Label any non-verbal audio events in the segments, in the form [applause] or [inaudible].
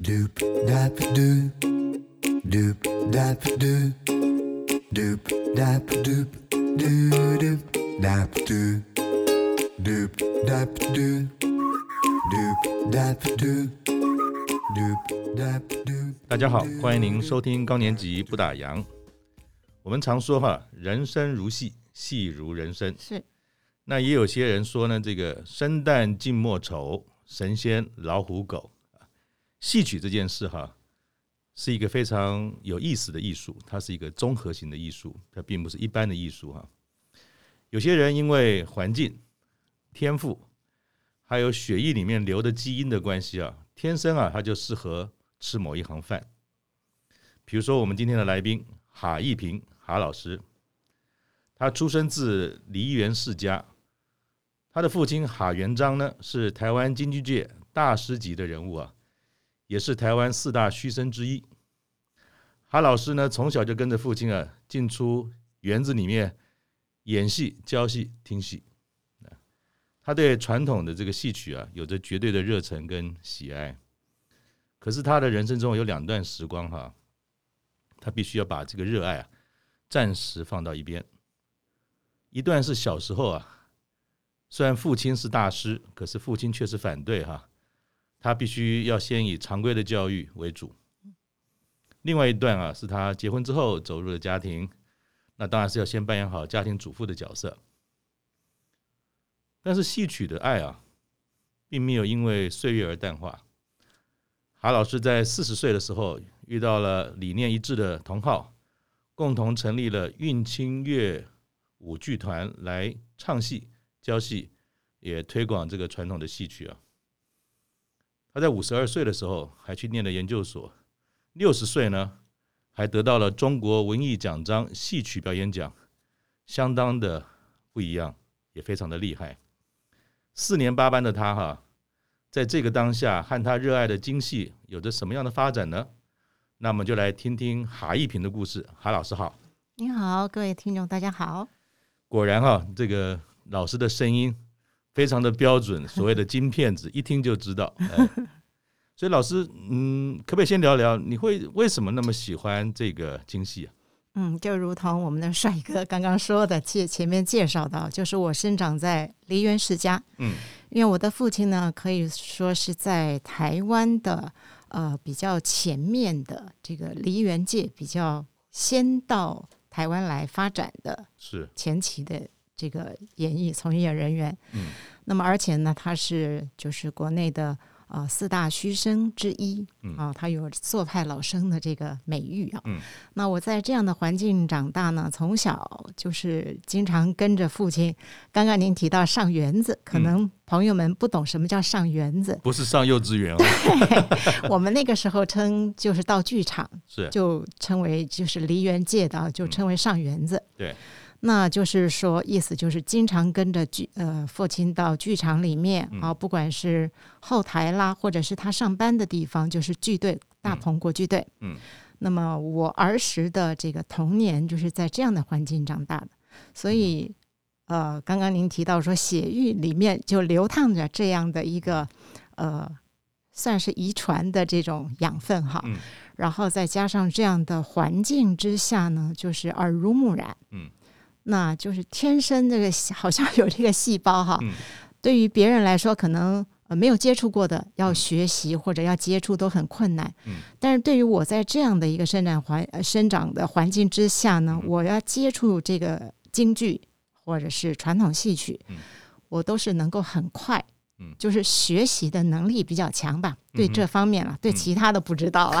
Doop dap doop, doop dap doop, doop dap doop, doo doop dap doop, doop dap doop, doop dap doop, doop dap doop. 大家好，欢迎您收听高年级不打烊。我们常说哈，人生如戏，戏如人生。是那也有些人说呢，这个生旦净末丑，神仙老虎狗。戏曲这件事哈，是一个非常有意思的艺术，它是一个综合型的艺术，它并不是一般的艺术哈。有些人因为环境、天赋，还有血液里面流的基因的关系啊，天生啊他就适合吃某一行饭。比如说我们今天的来宾哈一平哈老师，他出生自梨园世家，他的父亲哈元璋呢是台湾京剧界大师级的人物啊，也是台湾四大须生之一。哈老师呢从小就跟着父亲啊进出园子里面演戏、教戏、听戏。他对传统的这个戏曲啊，有着绝对的热忱跟喜爱。可是他的人生中有两段时光哈、他必须要把这个热爱啊，暂时放到一边。一段是小时候啊，虽然父亲是大师，可是父亲却是反对哈、他必须要先以常规的教育为主。另外一段啊，是他结婚之后走入了家庭，那当然是要先扮演好家庭主妇的角色。但是戏曲的爱啊，并没有因为岁月而淡化。哈老师在四十岁的时候遇到了理念一致的同好，共同成立了韵清乐舞剧团来唱戏、教戏，也推广这个传统的戏曲啊。他在五十二岁的时候还去念了研究所，六十岁呢还得到了中国文艺奖章戏曲表演奖，相当的不一样，也非常的厉害。四年八班的他哈、在这个当下和他热爱的京戏有着什么样的发展呢？那我们就来听听哈一平的故事。哈老师好，你好，各位听众，大家好。果然哈、这个老师的声音非常的标准，所 [laughs] 谓的金片子，一听就知道。哎所以老师，嗯，可不可以先聊聊你会为什么那么喜欢这个京戏啊？嗯，就如同我们的帅哥刚刚说的，介前面介绍到，就是我生长在梨园世家，嗯，因为我的父亲呢，可以说是在台湾的呃比较前面的这个梨园界比较先到台湾来发展的是前期的这个演艺从业人员。嗯，那么而且呢，他是就是国内的呃四大须生之一嗯啊，他有做派老生的这个美誉啊。嗯，那我在这样的环境长大呢，从小就是经常跟着父亲。刚刚您提到上园子，可嗯能朋友们不懂什么叫上园 [laughs] 子，不是上幼稚园哦？我们那个时候称就是到剧场。是就称为就是梨园界的啊，就称为上园子。对， [laughs] 那就是说意思就是经常跟着剧呃父亲到剧场里面嗯啊，不管是后台啦，或者是他上班的地方，就是剧队大鹏国剧队。嗯，那么我儿时的这个童年就是在这样的环境长大的，所以。呃，刚刚您提到说血域里面就流淌着这样的一个，呃，算是遗传的这种养分哈。嗯然后再加上这样的环境之下呢，就是耳濡目染，嗯，那就是天生这个好像有这个细胞哈。嗯对于别人来说，可能呃没有接触过的，要学习或者要接触都很困难。嗯，但是对于我在这样的一个生长环、呃、生长的环境之下呢，嗯我要接触这个京剧或者是传统戏曲，嗯我都是能够很快。嗯就是学习的能力比较强吧，对嗯哼这方面了，对嗯其他的不知道 [laughs] 啊。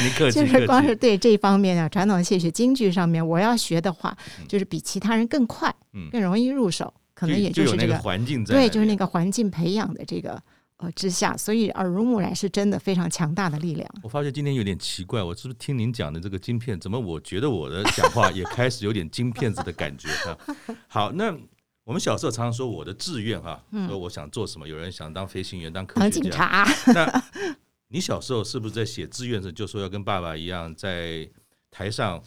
您 [laughs] 客气就客气是光是对这方面啊，传统戏曲、京剧上面，我要学的话嗯，就是比其他人更快、嗯更容易入手，可能也就有是那这个个环境在，对，就是那。个环境培养的这个呃之下，所以耳濡目染是真的非常强大的力量。我发现今天有点奇怪，我是不是听您讲的这个晶片，怎么我觉得我的讲话也开始有点晶片子的感觉哈、好，那我们小时候常常说我的志愿哈、说我想做什么，有人想当飞行员、当科嗯当学警家。察，那你小时候是不是在写志愿的时候就说要跟爸爸一样在台上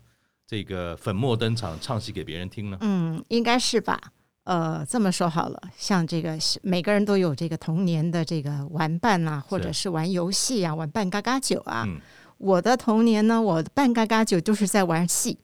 这个粉墨登场唱戏给别人听呢？嗯，应该是吧。呃，这么说好了，像这个是每个人都有这个童年的这个玩伴啊，或者是玩游戏啊，玩扮嘎嘎酒啊。嗯我的童年呢，我扮嘎嘎酒就是在 [laughs] 玩戏，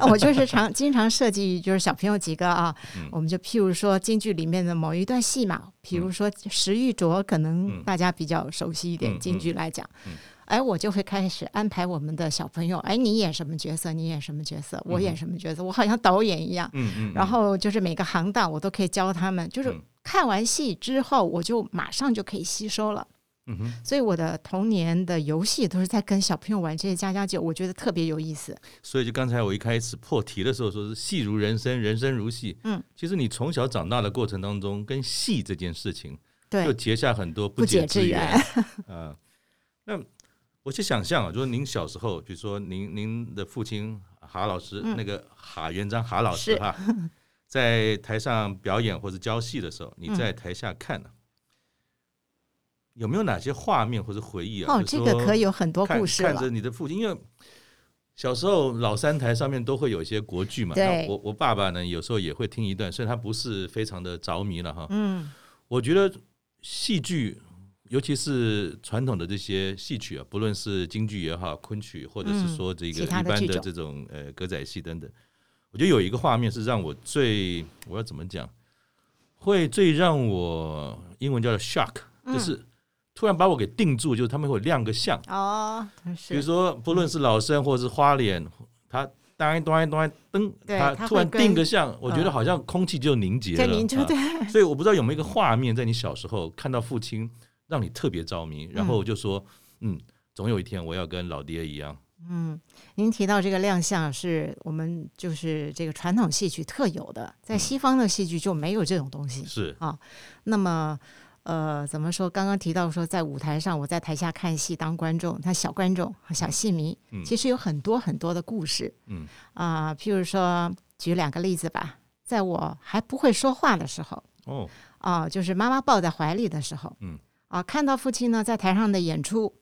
啊我就是常经常设计，就是小朋友几个啊，嗯我们就譬如说京剧里面的某一段戏嘛，譬如说石玉琢，可能嗯大家比较熟悉一点，嗯京剧来讲。嗯哎，我就会开始安排我们的小朋友。哎，你演什么角色？你演什么角色？我演什么角色？我好像导演一样。嗯嗯，然后就是每个行当我都可以教他们，就是嗯看完戏之后，我就马上就可以吸收了。嗯哼，所以我的童年的游戏都是在跟小朋友玩这些家家酒，我觉得特别有意思。所以就刚才我一开始破题的时候说是戏如人生，人生如戏。嗯，其实你从小长大的过程当中，跟戏这件事情就对，结下很多不解解之缘 [laughs] 缘。啊。那我去想象啊，就是您小时候，比如说您您的父亲哈老师，嗯那个哈元璋哈老师是哈，在台上表演或者教戏的时候，你嗯在台下看呢、有没有哪些画面或者回忆啊？哦，就是这说个可以有很多看故事看了着。你的父亲，因为小时候老三台上面都会有一些国剧嘛。对那我我爸爸呢，有时候也会听一段，虽然他不是非常的着迷了哈。嗯，我觉得戏剧，尤其是传统的这些戏曲啊，不论是京剧也好，昆曲，或者是说这个嗯其一他般的剧的种这种呃歌仔戏等等，我觉得有一个画面是让我最我要怎么讲，会最让我英文叫做 shock，就是嗯突然把我给定住，就是他们会亮个相，哦，比如是，说不论是老生或者是花脸，他。当一当一当一噔，对他他突然会跟定个相，我觉得嗯好像空气就凝结了。对，您就啊对，所以我不知道有没有一个画面，在你小时候看到父亲，让你特别着迷，然后就说，嗯，总有一天我要跟老爹一样。嗯， [laughs] 您提到这个亮相是我们就是这个传统戏曲特有的，嗯在西方的戏剧就没有这种东西。是，那么，呃，怎么说？刚刚提到说，在舞台上，我在台下看戏当观众，他小观众、小戏迷，嗯其实有很多很多的故事嗯啊、譬如说，举两个例子吧，在我还不会说话的时候，哦，啊、就是妈妈抱在怀里的时候，嗯，啊、看到父亲呢在台上的演出，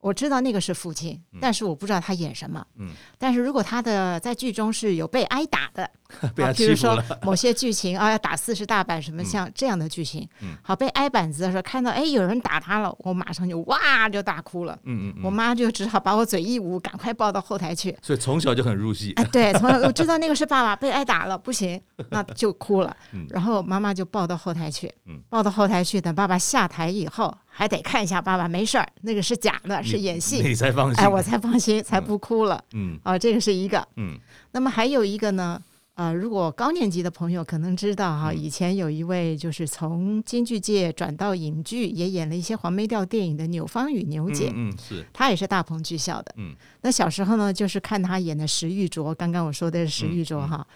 我知道那个是父亲，但是我不知道他演什么，嗯，但是如果他的在剧中是有被挨打的， [laughs] 被啊他譬欺如负说了，某些剧情啊，要打四十大板什么嗯像这样的剧情，嗯好被挨板子的时候，看到哎有人打他了，我马上就哇就大哭了， [laughs] 嗯嗯我嗯，妈就只好把我嘴一捂，赶快抱到后 [laughs] 台去。所以从小就很入戏哎，，对，从小我知道那个是爸爸被挨打了，[laughs] 不行，那就哭了嗯。然后妈妈就抱到后台去嗯，抱到后台去，等爸爸下台以后，还得看一下爸爸没事儿，那个是假的，是演你戏。你才放心。哎，我才放心，才不哭了。嗯啊，这个是一个。嗯那么还有一个呢，呃，如果高年级的朋友可能知道哈，嗯以前有一位就是从京剧界转到影剧，也演了一些黄梅调电影的钮芳雨牛姐，嗯嗯是，她也是大鹏剧校的。嗯，那小时候呢，就是看她演的石玉琢，刚刚我说的是石玉琢嗯嗯哈，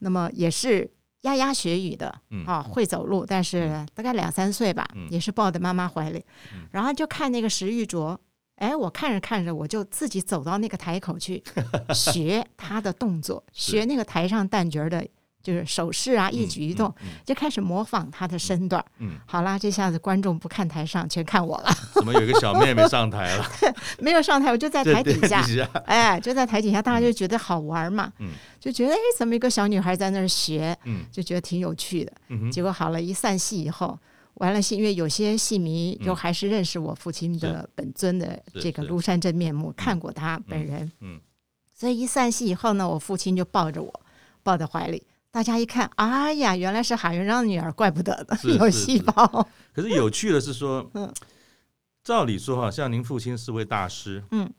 那么也是。牙牙学语的嗯啊，会走路，但是大概两三岁吧，嗯也是抱在妈妈怀里，嗯然后就看那个石玉琢，哎，我看着看着，我就自己走到那个台 [laughs] 口去学他的动作，是学那个台上旦角儿的，就是手势啊，一举一动，嗯，就开始模仿他的身段儿。嗯，好啦，这下子观众不看台上，全看我了。 [laughs] 嗯怎么有一个小 [laughs] 妹妹上台了？没有上台，我就在这 [laughs] 台底这下，底下哎，就在台底下，大家就觉得好玩嘛，嗯就觉得哎，怎么一个小女孩在那儿学，嗯就觉得挺有趣的。嗯哼结果好了，一散戏以后，完了戏，因为有些戏迷就还是认识我父亲的本尊的嗯是这个是庐山真面目，看过他本人，嗯所以一散戏以后呢，我父亲就抱着我，抱在怀里。大家一看，哎呀，原来是海元璋的女儿，怪不得 [laughs] 的，是有是细是胞。可是有趣的是说嗯，照理说哈，像您父亲是位大师，嗯，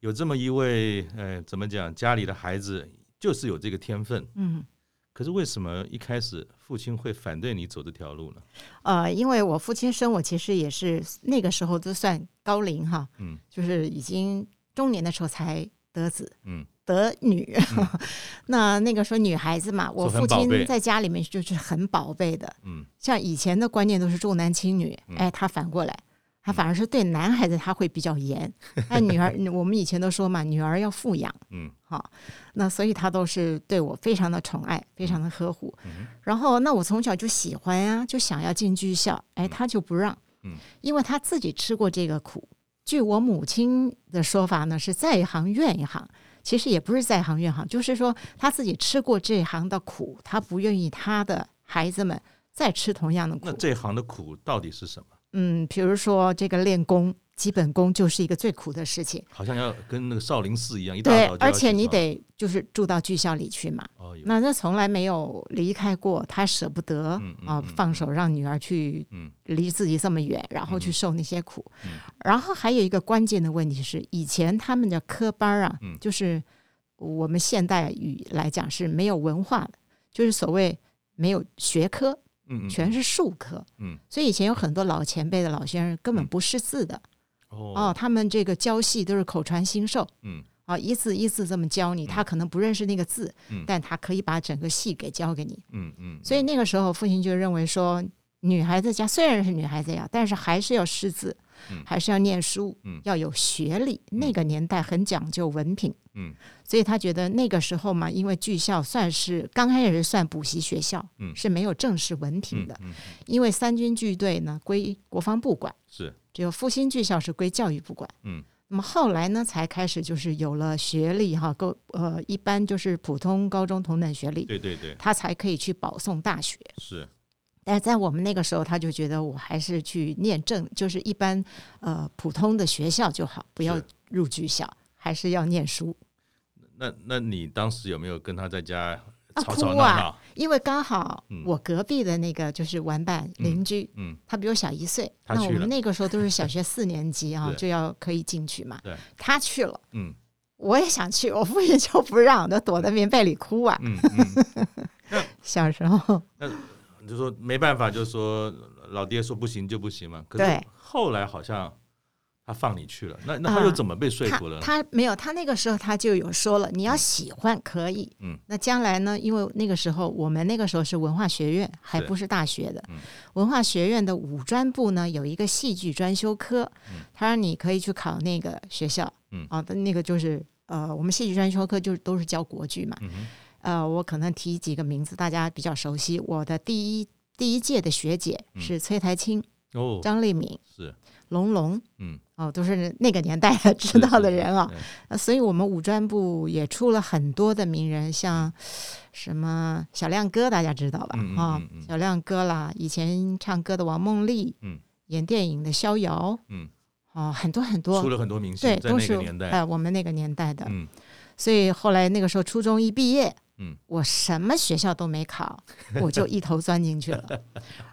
有这么一位，呃，怎么讲，家里的孩子就是有这个天分，嗯，可是为什么一开始父亲会反对你走这条路呢？呃，因为我父亲生我，其实也是那个时候都算高龄哈，嗯就是已经中年的时候才得子，嗯，得女。 [laughs] 那那个时候女孩子嘛，我很父宝贝亲在家里面就是很宝贝的，嗯像以前的观念都是重男轻女，哎，他反过来。他反而是对男孩子他会比 [laughs] 较严，那女儿我们以前都说嘛，女儿要富养嗯哈，那所以他都是对我非常的宠爱，非常的呵护。嗯然后那我从小就喜欢呀、就想要进军校，哎，他就不让，嗯，因为他自己吃过这个苦。据我母亲的说法呢，是在一行怨一行，其实也不是在行怨行，就是说他自己吃过这行的苦，他不愿意他的孩子们再吃同样的苦那。这行的苦到底是什么？嗯，比如说这个练功，基本功就是一个最苦的事情。好像要跟那个少林寺一样，一大对早，就要而起且你床得就是住到剧校里去嘛。哦，有那他从来没有离开过，他舍不得嗯嗯啊、嗯放手让女儿去嗯离自己这么远，然后去受那些苦。嗯然后还有一个关键的问题是，以前他们的科班儿啊，嗯就是我们现代语来讲是没有文化的，就是所谓没有学科，嗯嗯全是术科。嗯所以以前有很多老前辈的老先生根本不识字的、哦，哦他们这个教戏都是口传心授。嗯啊，一字一字这么教你，他可能不认识那个字，嗯但他可以把整个戏给教给你。嗯嗯，所以那个时候，父亲就认为说，女孩子家虽然是女孩子家，但是还是要识字，嗯还是要念书，嗯要有学历。那嗯个年代很讲究文凭，嗯所以他觉得那个时候嘛，因为剧校算是刚开始是算补习学校，嗯是没有正式文凭嗯的，嗯因为三军剧队呢归国防部管，是只有复兴剧校是归教育部管。嗯那么后来呢，才开始就是有了学历哈，够呃，一般就是普通高中同等学历，对对对他才可以去保送大学。是但是在我们那个时候，他就觉得我还是去念正，就是一般呃普通的学校就好，不要是入剧校，还是要念书。那那你当时有没有跟他在家啊吵吵哭闹啊闹？因为刚好嗯我隔壁的那个就是玩伴嗯邻居，嗯他比我小一岁，他那去我了们那个时候都是小学四年级啊， [laughs] 对就要可以进去嘛对。他去了，嗯我也想去，我父亲就不让，都躲在棉被里哭啊。嗯嗯，小时候，就说没办法，就说老爹说不行就不行嘛。可是对后来好像他放你去了，那那他又啊怎么 [laughs] 被说他服了呢？他没有，他那个时候他就有说了，你要喜欢可以，嗯，那将来呢？因为那个时候我们那个时候是文化学院，还不是大学的，嗯文化学院的五专部呢有一个戏剧专修科，他让你可以去考那个学校，嗯啊，那个就是呃，我们戏剧专修科就是都是教国剧嘛，嗯哼呃，我可能提几个名字，大家比较熟悉。我的第一第一届的学姐嗯是崔台青、哦张丽敏、是龙龙，嗯哦，都是那个年代的知道的人啊。，是嗯是是呃所以我们五专部也出了很多的名人，像什么小亮哥，大家知道吧？嗯嗯啊、嗯嗯小亮哥啦，以前唱歌的王梦丽，嗯演电影的逍遥，嗯哦、很多很对出多，了很多明星对，，在都那是个年代，呃我们那个年代的。嗯所以后来那个时候初中一毕业，嗯，我什么学校都没考，我就一头钻进 [laughs] 去了，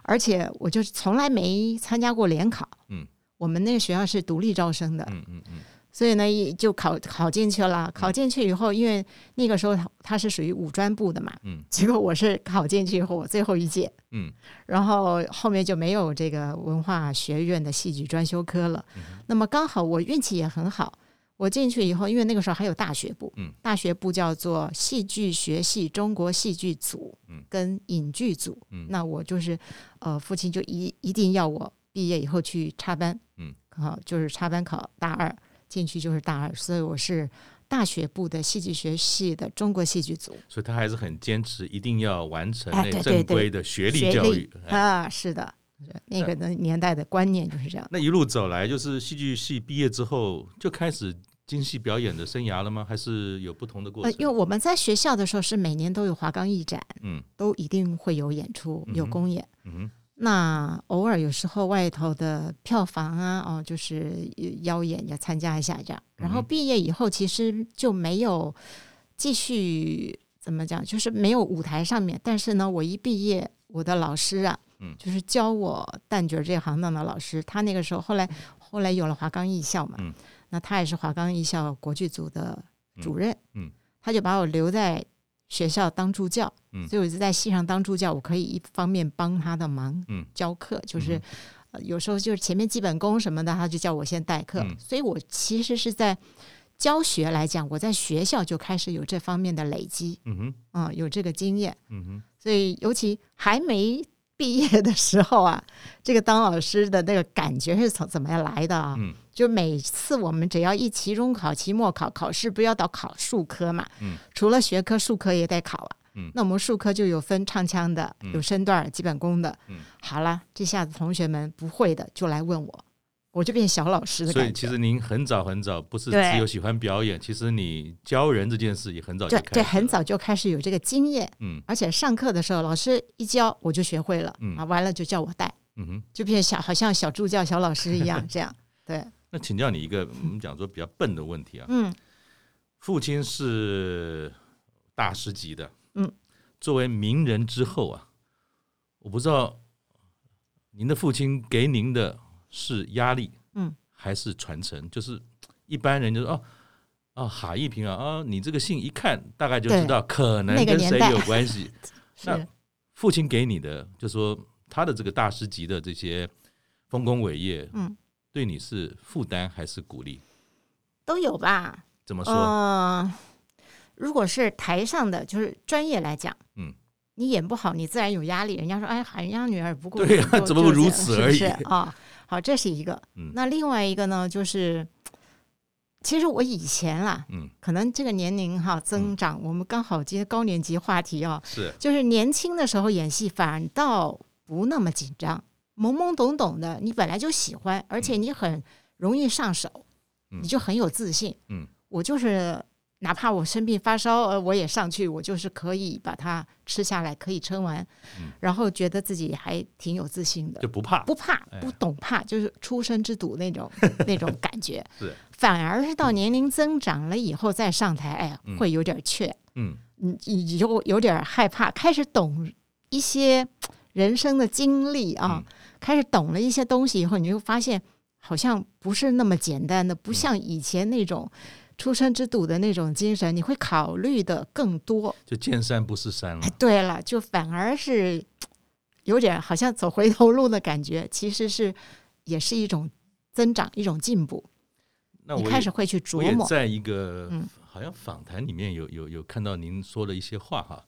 而且我就是从来没参加过联考，嗯，我们那个学校是独立招生的，嗯嗯嗯所以呢，一就考考进去了。考进去以后，因为那个时候他他是属于五专部的嘛，嗯结果我是考进去以后我最后一届，嗯然后后面就没有这个文化学院的戏剧专修科了。嗯那么刚好我运气也很好，我进去以后，因为那个时候还有大学部，嗯大学部叫做戏剧学系中国戏剧组嗯跟影剧组，嗯那我就是呃，父亲就一一定要我毕业以后去插班，嗯，好、就是插班考大二进去就是大二，所以我是大学部的戏剧学系的中国戏剧组。所以他还是很坚持，一定要完成哎那对对正对规的学历学教育历。哎啊，是的，那个的年代的观念就是这样。那一路走来，就是戏剧系毕业之后就开始京戏表演的生涯了吗？还是有不同的过呃程，？因为我们在学校的时候是每年都有华冈艺展，嗯都一定会有演出、嗯有哼公演。嗯哼那偶尔有时候外头的票房啊，哦，就是邀演也参加一下这样。然后嗯哼毕业以后，其实就没有继续怎么讲，就是没有舞台上面。但是呢，我一毕业，我的老师啊，嗯就是教我旦角这行当的老师，他那个时候后来后来有了华冈艺校嘛，嗯那他也是华冈艺校国剧组的主任，嗯嗯他就把我留在学校当助教，嗯所以我就在系上当助教，我可以一方面帮他的忙，嗯教课就是、嗯呃有时候就是前面基本功什么的，他就叫我先代课，嗯所以我其实是在教学来讲，我在学校就开始有这方面的累积，嗯哼啊、有这个经验，嗯哼所以尤其还没毕业的时候啊， [laughs] 这个当老师的那个感觉是从怎么样来的啊？嗯就每次我们只要一期中考、期末考考试，不要到考数科嘛，嗯除了学科，数科也得考啊。嗯那我们数科就有分唱腔的，嗯有身段儿、基本功的。嗯好了，这下子同学们不会的就来问我，我就变小老师的所感觉。以其实您很早很早不是对只有喜欢表演，其实你教人这件事也很早就对开始对，了很，早就开始有这个经验，嗯而且上课的时候老师一教我就学会了，嗯啊，完了就叫我带，嗯哼。就变小，好像小助教、小老师一样这样。对，那请教你一个我们讲说比较笨的问题啊，嗯父亲是大师级的，嗯，作为名人之后啊，我不知道您的父亲给您的是压力，嗯，还是传承？就是一般人就说哦。哦，哈一平啊，哦，你这个信一看大概就知道，可能那个跟年谁代有关系。那 [laughs] 是父亲给你的，就说他的这个大师级的这些丰功伟业，嗯，对你是负担还是鼓励？都有吧？怎么说？嗯，如果是台上的，就是专业来讲，嗯。你演不好，你自然有压力。人家说：“哎，人家女儿不过对呀就怎么就这如样此是不而已是啊。好，这是一个。嗯那另外一个呢，就是其实我以前啦，嗯，可能这个年龄哈增长，我们刚好接高年级话题啊，是，就是年轻的时候演戏反倒不那么紧张，懵懵懂懂的，你本来就喜欢，而且你很容易上手，嗯你就很有自信。嗯，我就是哪怕我生病发烧，呃，我也上去，我就是可以把它吃下来，可以撑完，嗯然后觉得自己还挺有自信的就。不怕。不怕哎，不懂怕，就是出生之犊那种那种感觉。是，反而是到年龄增长了以后再上台，哎嗯，会有点怯，嗯你你就有点害怕，开始懂一些人生的经历啊，嗯开始懂了一些东西以后，你就发现好像不是那么简单的，嗯不像以前那种。出生之犊的那种精神，你会考虑的更多。就见山不是山了哎，。对了，就反而是有点好像走回头路的感觉，其实是也是一种增长，一种进步。那你我开也始会去我琢也磨，在一个嗯好像访谈里面有有有看到您说了一些话哈，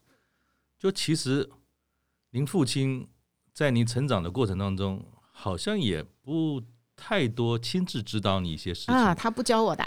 就其实您父亲在您成长的过程当中，好像也不太多亲自指导你一些事情，啊，他不教我的，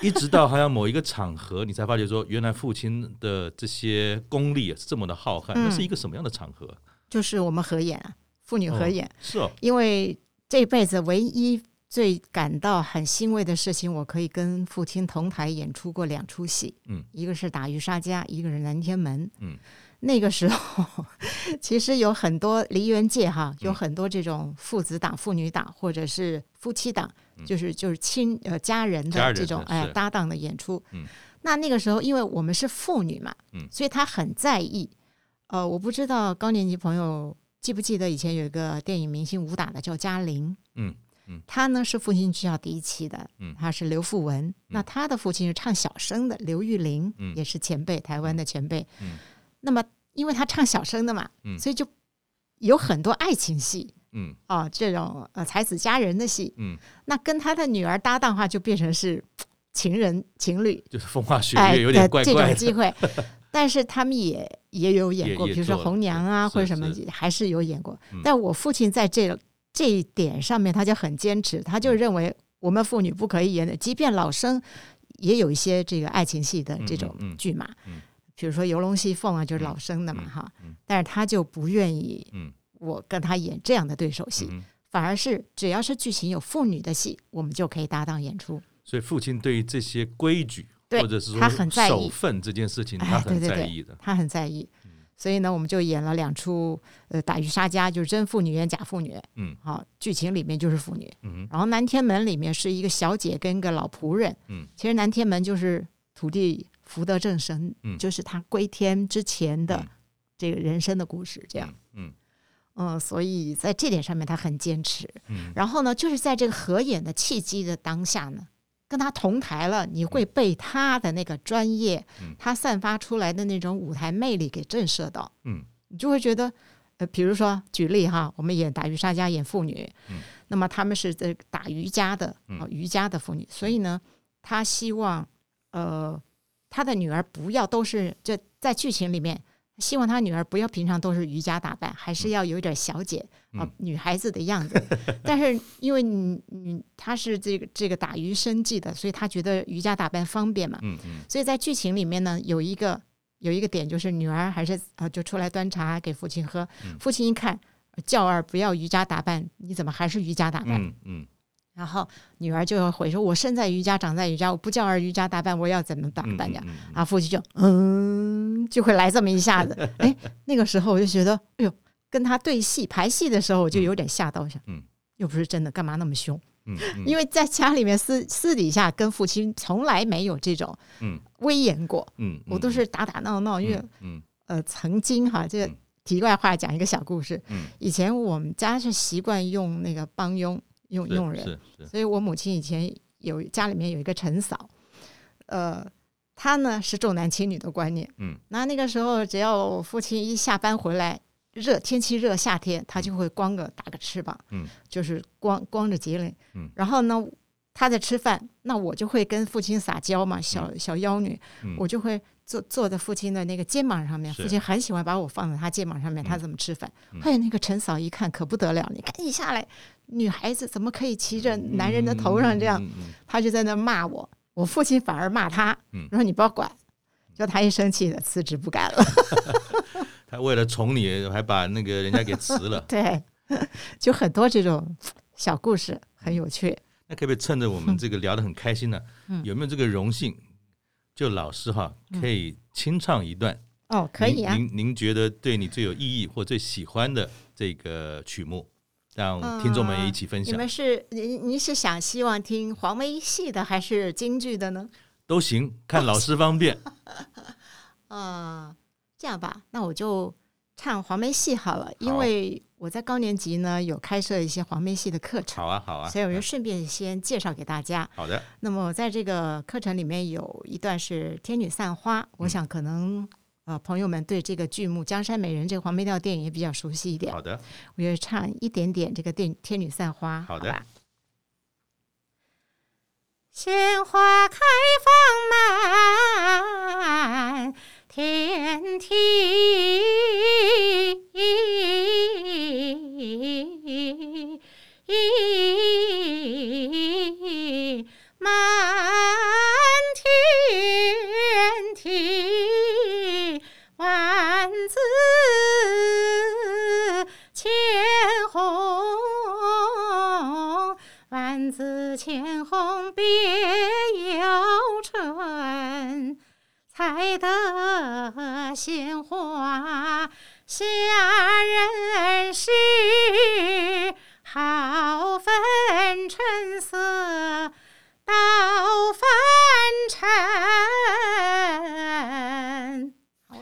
一一直到好像某一个场合，你才发觉说原来父亲的这些功力也是这么的浩瀚，那嗯是一个什么样的场合？就是我们合演啊，父女合哦演，是哦，因为这辈子唯一最感到很欣慰的事情，我可以跟父亲同台演出过两出戏，嗯，一个是《打渔杀家》，一个是《南天门》，嗯，那个时候 [laughs] 其实有很多梨园界嗯哈，有很多这种父子档、父女档或者是夫妻档，就是就是亲呃家人嗯家的人这种的哎是搭档的演出，嗯，那那个时候因为我们是妇女嘛，嗯所以他很在意，呃，我不知道高年级朋友记不记得以前有一个电影明星武打的叫嘉玲，嗯，她呢是复兴剧校第一期的，嗯她是刘富文，那她的父亲是唱小生的刘玉玲，嗯也是前辈，台湾的前辈，嗯那么因为她唱小生的嘛，嗯所以就有很多爱情戏嗯啊、这种呃才子佳人的戏，嗯，那跟她的女儿搭档的话，就变成是情人情侣，就是风花雪哎月，有点的怪怪的。这种机会。 [laughs] 但是他们也也有演也过，也比如说做了红娘对啊，或是者什么是，还是有演过嗯。但我父亲在这这一点上面，他就很坚持，他嗯就认为我们妇女不可以演的，即便老生也有一些这个爱情戏的这种嗯嗯嗯剧嘛嗯，比如说《游龙戏凤》啊，就是老生的嘛嗯哈嗯。但是他就不愿意嗯我跟他演这样的对手戏，嗯，反而是只要是剧情有妇女的戏，我们就可以搭档演出。所以父亲对于这些规矩，对或者是他说很在意守份这件事情，哎他很对对在对意的。嗯他很在意，所以呢，我们就演了两出呃打渔杀家，就是真妇女演假妇女，嗯，好、剧情里面就是妇女，嗯然后南天门里面是一个小姐跟一个老仆人，嗯，其实南天门就是土地福德正神，嗯就是他归天之前的嗯这个人生的故事，这样，嗯嗯、所以在这点上面他很坚持，嗯然后呢，就是在这个合演的契机的当下呢，跟他同台了，你会被他的那个专业，嗯他散发出来的那种舞台魅力给震慑到，嗯你就会觉得，呃，比如说举例哈，我们演打渔杀家演妇女，嗯那么他们是这个打渔家的，嗯哦，渔家的妇女，所以呢，他希望，呃，他的女儿不要都是这在剧情里面。希望他女儿不要平常都是渔家打扮，还是要有一点小姐啊、嗯女孩子的样子。 [laughs] 但是因为你你他是这个这个打渔生计的，所以他觉得渔家打扮方便嘛。嗯嗯所以在剧情里面呢，有一个有一个点就是女儿还是啊、呃就出来端茶给父亲呃喝，嗯父亲一看。叫儿不要瑜伽打扮，你怎么还是瑜伽打扮？嗯嗯然后女儿就要回说：“我生在瑜伽，长在瑜伽，我不教儿瑜伽打扮，我要怎么打嗯扮呀？”嗯嗯啊，父亲就嗯，就会来这么一下子。 [laughs] 哎，那个时候我就觉得，哎呦，跟他对戏排戏的时候，我就有点吓到，我想，嗯，又不是真的，干嘛那么凶？嗯嗯，因为在家里面私私底下跟父亲从来没有这种嗯威严过，嗯，我都是打打闹闹，因为嗯呃，曾经哈，这个嗯题外话讲一个小故事。嗯以前我们家是习惯用那个帮佣用是佣人，是是，所以我母亲以前有家里面有一个陈嫂，呃，她呢是重男轻女的观念，嗯，那那个时候只要我父亲一下班回来，热天气热，夏天他就会光个打个翅膀，嗯，就是光光着脊梁，嗯然后呢。他在吃饭，那我就会跟父亲撒娇嘛，小小妖女，嗯我就会坐坐在父亲的那个肩膀上面，是父亲很喜欢把我放在他肩膀上面，他怎么吃饭？嗯嘿，那个陈嫂一看可不得了，你赶紧下来，女孩子怎么可以骑着男人的头上这样？嗯，嗯他就在那骂我，我父亲反而骂他嗯，说你不要管。就他一生气，辞职不干了。。嗯他为了宠你，还把那个人家给辞了对， [laughs] 就很多这种小故事嗯很有趣。那可不可以趁着我们这个聊得很开心呢？嗯有没有这个荣幸？就老师哈，可以清唱一段，哦，可以啊您，您您觉得对你最有意义或最喜欢的这个曲目，让听众们也一起分你享，们是您您是想希望听黄梅戏的还是京剧的呢？都行，看老师方便。呃，这样吧，那我就唱黄梅戏好了，因好为我在高年级呢有开设一些黄梅戏的课程，好啊，好啊， [laughs] 所以我就嗯顺便先介绍给大家。好的，那么在这个课程里面有一段是《天女散花》，我嗯想可能呃朋友们对这个剧目《江山美人》这个黄梅调电影也比较熟悉一点好，的，我就唱一点点这个电《天女散花》好好的吧。鲜花开放满天地。满天地，万紫千红，万紫千红别有春，才得鲜花下人世。好分春色，到凡尘。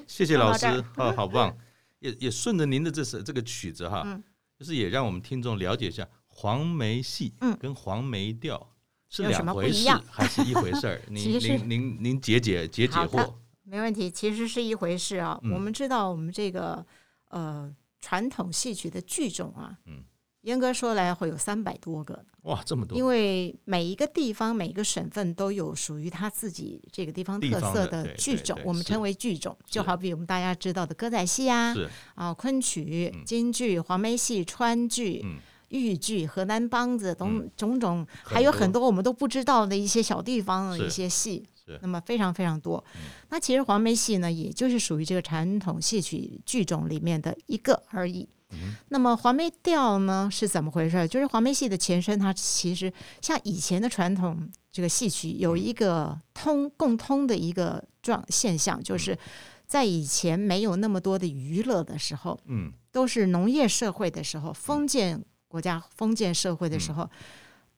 谢谢老师好的，哦，好 [laughs] 棒，也也顺着您的这首这个曲子哈，嗯就是也让我们听众了解一下黄梅戏嗯跟黄梅调是有什么两不回一事样还是一回事 [laughs] 儿？您其实是您您您解解解解好的惑，没问题，其实是一回事啊。嗯我们知道，我们这个呃传统戏曲的剧种啊，嗯严格说来会有三百多个，哇，这么多因为每一个地方、每一个省份都有属于它自己这个地方地特方色的对的剧对种对，我们是称为剧种。就是好比我们大家知道的歌仔戏啊，是啊，昆曲嗯、京剧、黄梅戏、川剧嗯、豫剧、河南梆子等嗯种种，很还有多很多我们都不知道的一些小地方的是一些戏是。那么非常非常多。那其实黄梅戏呢，也就是属于这个传统戏曲剧种里面的一个而已。那么黄梅调呢是怎么回事？就是黄梅戏的前身，它其实像以前的传统这个戏曲有一个通共通的一个状现象，就是在以前没有那么多的娱乐的时候，嗯都是农业社会的时候，封建国家、封建社会的时候，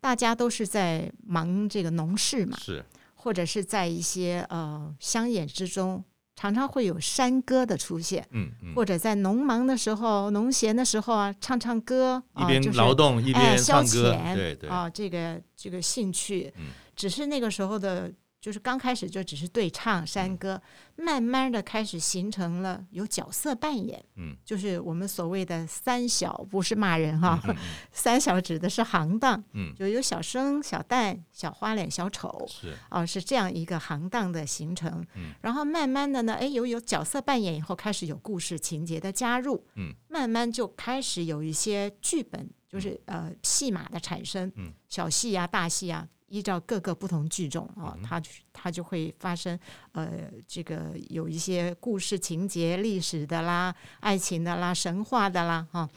大家都是在忙这个农事嘛，嗯是或者是在一些呃乡野之中，常常会有山歌的出现。嗯嗯，或者在农忙的时候、农闲的时候啊，唱唱歌，一啊，就边是劳动一哎边消唱歌，遣，对对啊，这个这个兴趣，嗯只是那个时候的，就是刚开始就只是对唱嗯山歌，慢慢的开始形成了有角色扮演，嗯，就是我们所谓的三小，不是骂人哈、嗯嗯 [laughs] 三小指的是行当，嗯就有小生、小旦、小花脸、小丑，是哦，是这样一个行当的形成。嗯然后慢慢的呢，哎，有有角色扮演以后，开始有故事情节的加入，嗯，慢慢就开始有一些剧本，就是、呃戏码的产生，嗯，小戏啊、大戏啊，依照各个不同剧种啊，嗯它就它就会发生呃这个有一些故事情节、历史的啦、爱情的啦、神话的啦，哈、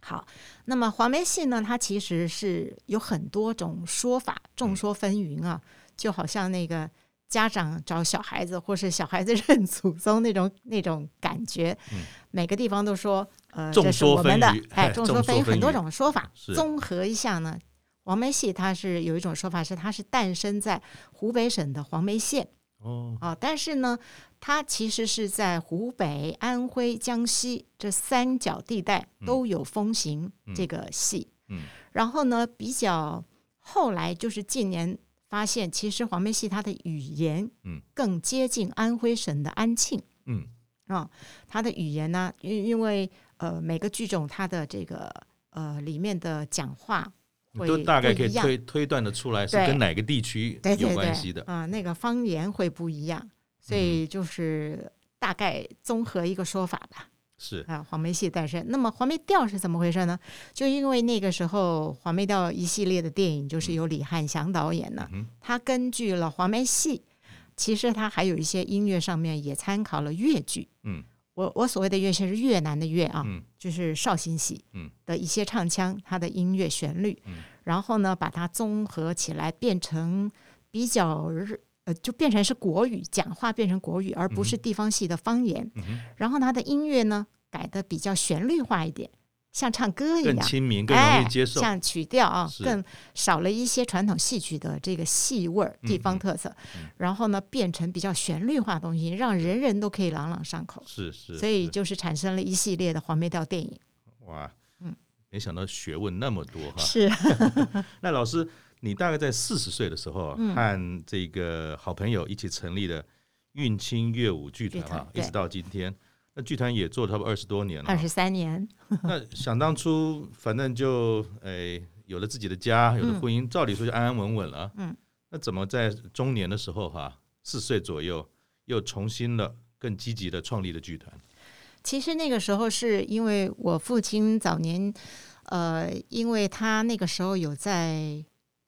好，那么黄梅戏呢，它其实是有很多种说法，嗯众说纷纭啊，就好像那个家长找小孩子，或是小孩子 [laughs] 认祖宗那种那种感觉，嗯每个地方都说，呃，众这是说我们的纷纭， [laughs] 哎，哎众众说说纷纭，纷很多纭种说法，是综合一下呢，黄梅戏它是有一种说法是它是诞生在湖北省的黄梅县，哦，啊，但是呢，它其实是在湖北、安徽、江西这三角地带都有风行这个戏。嗯然后呢，比较后来就是近年发现，其实黄梅戏它的语言嗯更接近安徽省的安庆嗯啊，它的语言呢，因因为呃每个剧种它的这个呃里面的讲话你会都大概不可一以样推推断的出来是对跟哪个地区对对有对关系的。嗯啊、那个方言会不一样，所以就是大概综合一个说法吧。是，啊，黄梅戏诞生。那么黄梅调是怎么回事呢？就因为那个时候黄梅调一系列的电影就是由李翰祥导演的，嗯他根据了黄梅戏，其实他还有一些音乐上面也参考了越剧。嗯我我所谓的越戏是越南的越啊，嗯就是绍兴戏嗯的一些唱腔，它的音乐旋律，嗯然后呢把它综合起来，变成比较日呃，就变成是国语讲话变成国语，而不是地方戏的方言。嗯哼，然后它的音乐呢改的比较旋律化一点，像唱歌一更样，亲民，更容哎易，接受。像曲调啊，是更少了一些传统戏曲的这个戏味儿、地嗯方嗯特色嗯。然后呢，变成比较旋律化的东西，让人人都可以朗朗上口。是是，所以是就是产生了一系列的黄梅调电影。哇，嗯没想到学问那么多哈。是，那老师，你大概在四十岁的时候啊，嗯和这个好朋友一起成立的韵清乐舞剧团剧啊团，一对直到今天，那剧团也做了差不多二十多年了二啊。十三年，那想当初，反正就诶、有了自己的家，有了婚姻，照理说就安安稳稳了。嗯，那怎么在中年的时候哈、四十岁左右又重新了更积极的创立了剧团？其实那个时候是因为我父亲早年，呃，因为他那个时候有在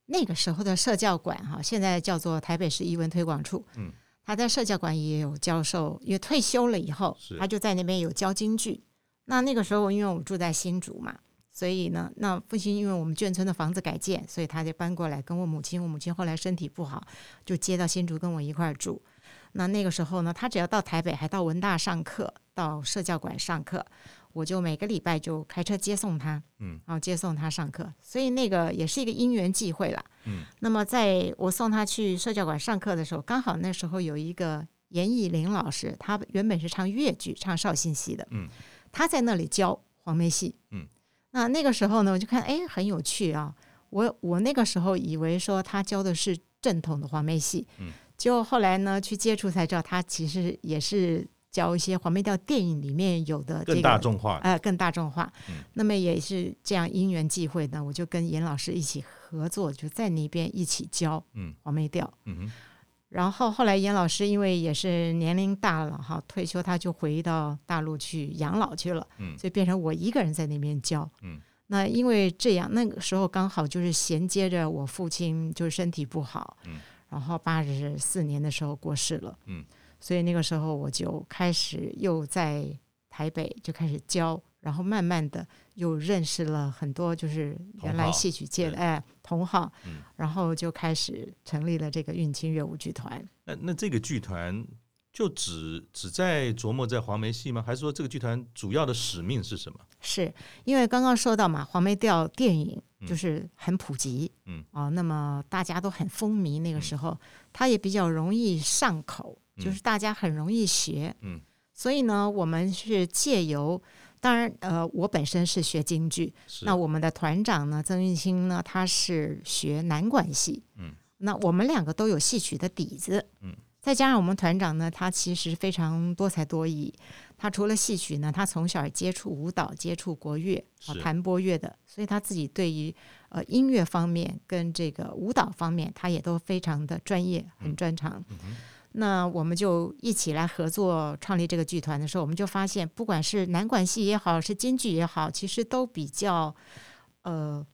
那个时候的社教馆哈，现在叫做台北市艺文推广处，嗯，他在社教馆也有教授，因为退休了以后是，他就在那边有教京剧。那那个时候，因为我们住在新竹嘛，所以呢，那父亲因为我们眷村的房子改建，所以他就搬过来跟我母亲。我母亲后来身体不好，就接到新竹跟我一块儿住。那那个时候呢，他只要到台北，还到文大上课，到社教馆上课，我就每个礼拜就开车接送他，嗯，然后接送他上课，所以那个也是一个因缘际会啦。嗯，那么在我送他去社教馆上课的时候，刚好那时候有一个严艺林老师，他原本是唱越剧、唱绍兴戏的，嗯，他在那里教黄梅戏，嗯，那那个时候呢，我就看，哎，很有趣啊。我我那个时候以为说他教的是正统的黄梅戏，嗯就后来呢，去接触才知道，他其实也是教一些黄梅调电影里面有的、这个、更大众化的，呃更大众化。嗯那么也是这样因缘际会呢，我就跟严老师一起合作，就在那边一起教嗯黄梅调。嗯哼，然后后来严老师因为也是年龄大了哈，退休他就回到大陆去养老去了，嗯所以变成我一个人在那边教，嗯。那因为这样，那个时候刚好就是衔接着我父亲就是身体不好，嗯然后八十四年的时候过世了，嗯，所以那个时候我就开始又在台北就开始教，然后慢慢的又认识了很多就是原同来好戏曲界的对哎同好，嗯然后就开始成立了这个运清乐舞剧团。那那这个剧团就只只在琢磨在黄梅戏吗？还是说这个剧团主要的使命是什么？是因为刚刚说到嘛，黄梅调电影嗯就是很普及，嗯，哦，那么大家都很风靡，那个时候、它也比较容易上口，嗯就是大家很容易学，嗯，所以呢，我们是借由，当然，呃，我本身是学京剧，是那我们的团长呢，曾运兴呢，他是学南管戏，嗯，那我们两个都有戏曲的底子，嗯，再加上我们团长呢，他其实非常多才多艺，他除了戏曲呢，他从小接触舞蹈，接触国乐，啊是弹拨乐的，所以他自己对于呃音乐方面跟这个舞蹈方面，他也都非常的专业，很专长。嗯哼那我们就一起来合作创立这个剧团的时候，我们就发现，不管是南管戏也好，是京剧也好，其实都比较呃，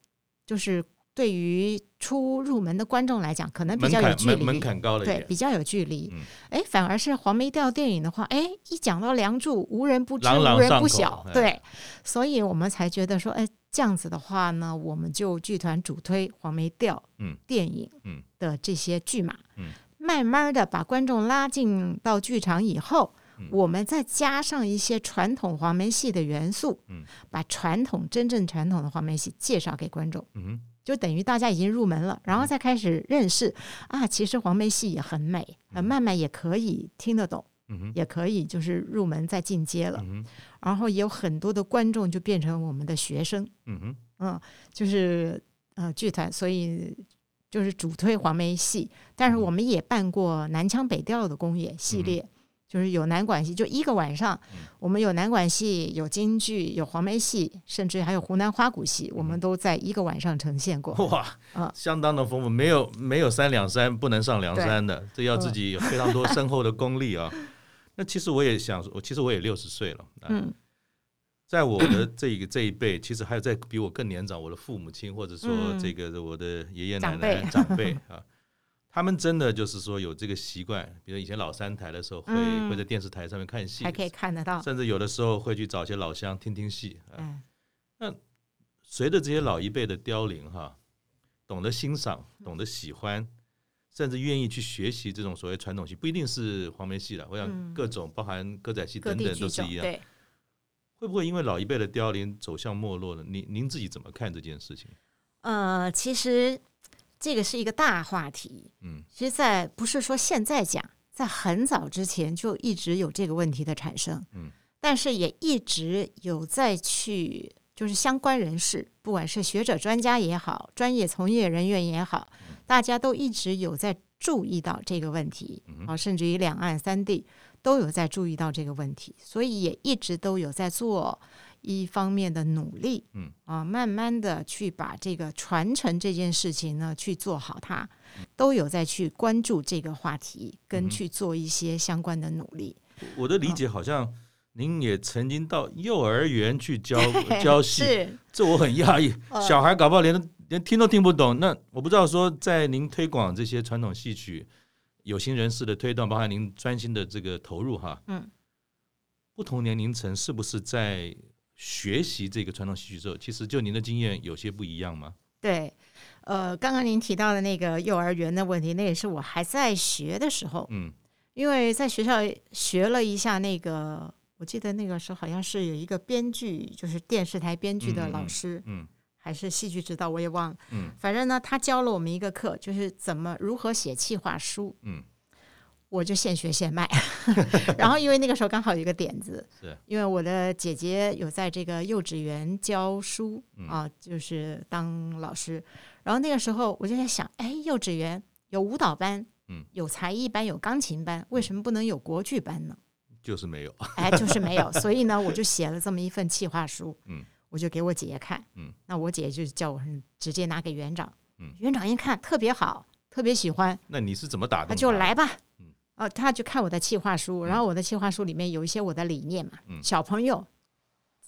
就是对于初入门的观众来讲，可能比门较有槛距门离，门槛高了一对，点，比较有距离嗯。哎、反而是黄梅调电影的话，哎，一讲到《梁祝》，无人不知，朗朗无人上不口晓，哎对，所以我们才觉得说，哎，这样子的话呢，我们就剧团主推黄梅调嗯电影嗯的这些剧码，嗯慢慢的把观众拉进到剧场以后。嗯我们再加上一些传统黄梅戏的元素，嗯把传统真正传统的黄梅戏介绍给观众。嗯哼，就等于大家已经入门了，然后再开始认识啊，其实黄梅戏也很美，呃，慢慢也可以听得懂，嗯哼，也可以就是入门再进阶了。嗯哼，然后也有很多的观众就变成我们的学生，嗯哼，嗯，就是呃剧团，所以就是主推黄梅戏，但是我们也办过南腔北调的公演系列。就是有南管戏，就一个晚上，我们有南管戏，有京剧，有黄梅戏，甚至还有湖南花鼓戏，我们都在一个晚上呈现过。 [laughs] 哇啊，相当的丰富，没有没有三两三不能上梁山的，这要自己有非常多深厚的功力啊。那其实我也想说，我其实我也六十岁了，啊嗯在我的这一个这一辈，其实还有在比我更年长，我的父母亲或者说嗯这个我的爷爷奶长奶辈长辈 [laughs] 啊，他们真的就是说有这个习惯，比如以前老三台的时候会嗯会在电视台上面看戏还，可以看得到。甚至有的时候会去找一些老乡听听戏啊。哎嗯随着这些老一辈的凋零，哈，懂得欣赏，嗯懂得喜欢，甚至愿意去学习这种所谓传统戏，不一定是黄梅戏了，我想嗯各种包含歌仔戏各等地等剧都是种一样。对，会不会因为老一辈的凋零走向没落呢？您您自己怎么看这件事情？呃，其实这个是一个大话题。 [laughs] 嗯其实在，不是说现在讲，在很早之前就一直有这个问题的产生。嗯，但是也一直有在去，就是相关人士，不管是学者、专家也好，专业从业人员也好，嗯大家都一直有在注意到这个问题嗯哼啊，甚至于两岸三地都有在注意到这个问题，所以也一直都有在做一方面的努力，嗯啊，慢慢的去把这个传承这件事情呢去做好它，都有在去关注这个话题，嗯跟哼去做一些相关的努力。我的理解好像您也曾经到幼儿园去教 [laughs] 嘿教戏，是这我很讶异， [laughs] 呃小孩搞不好连连听都听不懂。那我不知道说，在您推广这些传统戏曲，有心人士的推动，包含您专心的这个投入哈，嗯，不同年龄层是不是在学习这个传统戏曲之后，其实就您的经验有些不一样吗？对，呃，刚刚您提到的那个幼儿园的问题，那也是我还在学的时候，嗯因为在学校学了一下那个，我记得那个时候好像是有一个编剧，就是电视台编剧的嗯嗯老嗯师，嗯还是戏剧指导，我也忘了。嗯反正呢，他教了我们一个课，就是怎么如何写企划书，嗯我就现学现卖。 [laughs] 然后因为那个时候刚好有一个点子，是因为我的姐姐有在这个幼稚园教书嗯啊，就是当老师。然后那个时候我就在想，哎，幼稚园有舞蹈班，嗯，有才艺班，有钢琴班，为什么不能有国剧班呢？就是没有。 [laughs] 哎，就是没有。所以呢，我就写了这么一份企划书，嗯，我就给我姐姐看，嗯，那我姐就叫我直接拿给园长，嗯园长一看特别好，特别喜欢，那你是怎么打动他啊就的来吧嗯，呃，他就看我的企划书，然后我的企划书里面有一些我的理念嘛，嗯小朋友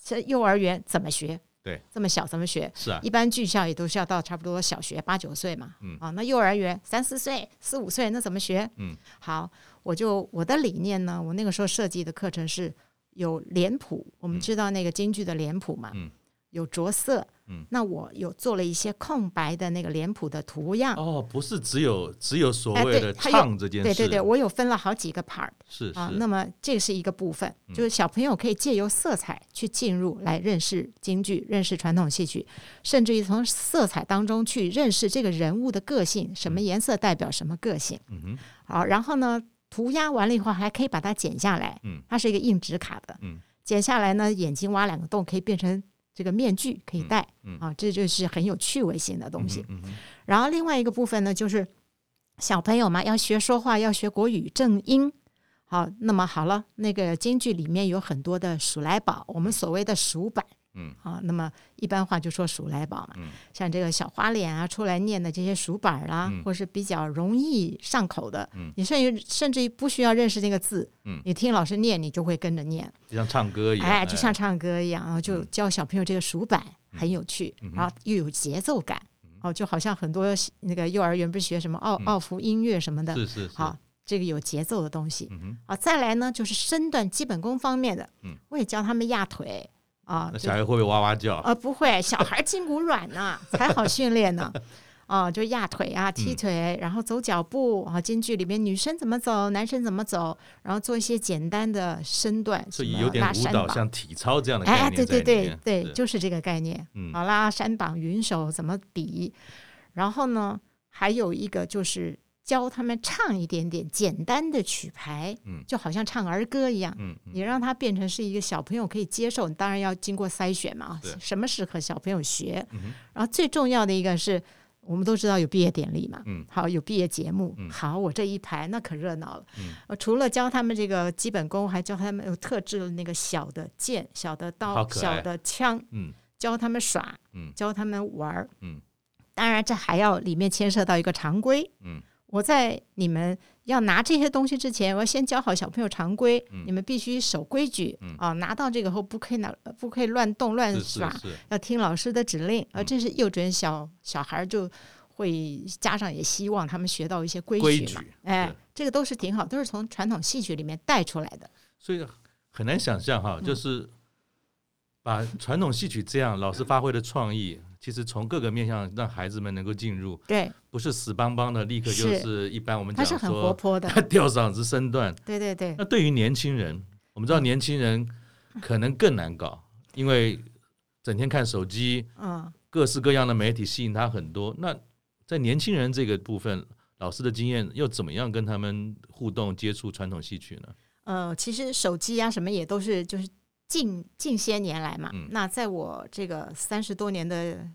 这幼儿园怎么学？对，这么小怎么学？是啊，一般剧校也都是要到差不多小学八九岁嘛，嗯啊，那幼儿园三四岁、四五岁那怎么学？嗯，好，我就我的理念呢，我那个时候设计的课程是有脸谱，我们嗯知道那个京剧的脸谱嘛，嗯有着色，嗯，那我有做了一些空白的那个脸谱的图样，哦，不是只有只有所哎谓对的还有唱这件事，对对对，我有分了好几个 part 是嗯啊是，。那么这是一个部分，嗯就是小朋友可以借由色彩去进入来认识京剧、认识传统戏曲，甚至于从色彩当中去认识这个人物的个性，什么颜色代表什么个性。嗯哼，好，然后呢，涂鸦完了以后还可以把它剪下来，嗯它是一个硬纸卡的，嗯剪下来呢，眼睛挖两个洞可以变成这个面具，可以戴，嗯啊，这就是很有趣味性的东西。嗯哼，然后另外一个部分呢，就是小朋友嘛，要学说话，要学国语正音。好，那么好了，那个京剧里面有很多的数来宝，我们所谓的数板嗯啊，那么一般话就说数来宝嘛，嗯像这个小花脸啊，出来念的这些数板啦、嗯或是比较容易上口的，嗯你甚至甚至于不需要认识那个字，嗯你听老师念，你就会跟着念。就像唱歌一样，哎，就像唱歌一样，然后就嗯教小朋友这个数板、很有趣，嗯哼然后又有节奏感，嗯哦，就好像很多那个幼儿园不是学什么奥嗯奥福音乐什么的，哎是是是，好，这个有节奏的东西。嗯哼，啊，再来呢就是身段基本功方面的，嗯我也教他们压腿啊那，就小孩会不会哇哇叫？啊不会，小孩筋骨软呐、才好训 [laughs] 练呢。啊，就压腿啊， [laughs] 嗯踢腿，然后走脚步啊，间距里面女生怎么走，男生怎么走，然后做一些简单的身段，所以什么有点拉舞山蹈膀像体操这样的概哎，念对在对里对面。对，是就是这个概念。嗯好啦，山膀云手怎么比？然后呢，还有一个就是教他们唱一点点简单的曲牌，嗯就好像唱儿歌一样。嗯嗯你让它变成是一个小朋友可以接受，当然要经过筛选嘛，啊对什么适合小朋友学。嗯哼然后最重要的一个是我们都知道有毕业典礼嘛，嗯好有毕业节目，嗯好我这一排那可热闹了。嗯呃，除了教他们这个基本功，还教他们有特制的那个小的剑、小的好刀、可爱啊小的枪，嗯教他们耍，嗯教他们玩儿。嗯当然，这还要里面牵涉到一个常规，嗯我在你们要拿这些东西之前，我要先教好小朋友常规，嗯你们必须守规矩、嗯啊！拿到这个后不可以拿，不可以乱动乱是耍是，是，要听老师的指令。啊，嗯这是幼稚园小小孩儿就会，家长也希望他们学到一些规规矩矩嘛。哎是，这个都是挺好，都是从传统戏曲里面带出来的。所以很难想象嗯哈，就是把传统戏曲这样老师发挥的创意，其实从各个面向让孩子们能够进入，对，不是死邦邦的，立刻就是是一般我们它讲是很活说泼的。 [laughs] 吊嗓子身段。对嗯对对那对于年轻人，我们知道年轻人可能更难搞，因为整天看手机，嗯，各式各样的媒体吸引他很多。那在年轻人这个部分，老师的经验又怎么样跟他们互动接触传统戏曲呢？呃，其实手机啊什么也都是就是近近些年来嘛。嗯那在我这个三十多年的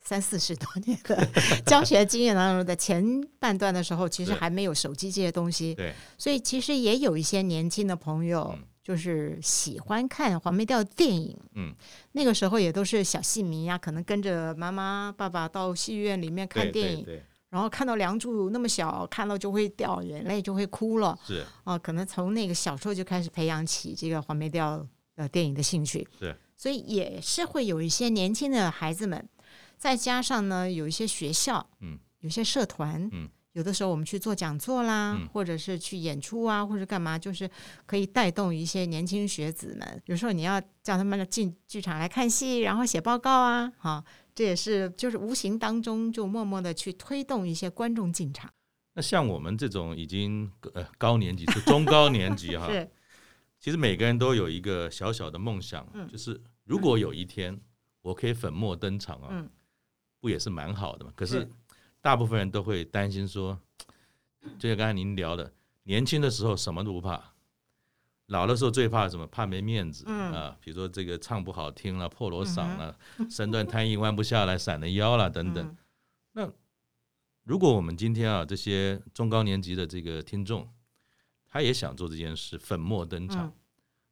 三四十多年的 [laughs] 教学经验当中的前半段的时候，其实对还没有手机这些东西，对，所以其实也有一些年轻的朋友嗯就是喜欢看黄梅调电影。嗯，那个时候也都是小戏迷啊，可能跟着妈妈、爸爸到戏院里面看对电对影，对，然后看到《梁祝》那么小，看到就会掉眼泪，就会哭了。是哦，可能从那个小时候就开始培养起这个黄梅调呃电影的兴趣，是，所以也是会有一些年轻的孩子们，再加上呢有一些学校，嗯，有些社团，嗯，有的时候我们去做讲座啦，嗯或者是去演出啊，或者干嘛，就是可以带动一些年轻学子们。有时候你要叫他们进剧场来看戏，然后写报告啊，哈、这也是就是无形当中就默默的去推动一些观众进场，那像我们这种已经呃高年级，就中高年级哈， [laughs] 是，其实每个人都有一个小小的梦想，嗯就是如果有一天我可以粉墨登场啊，嗯不也是蛮好的嘛？可是是大部分人都会担心说，就像刚才您聊的，年轻的时候什么都不怕，老的时候最怕什么？怕没面子、嗯啊，比如说这个唱不好听了、破锣嗓 [laughs] 了、身段太硬弯不下来、闪了腰了等等。嗯如果我们今天啊，这些中高年级的这个听众，他也想做这件事，粉墨登场，嗯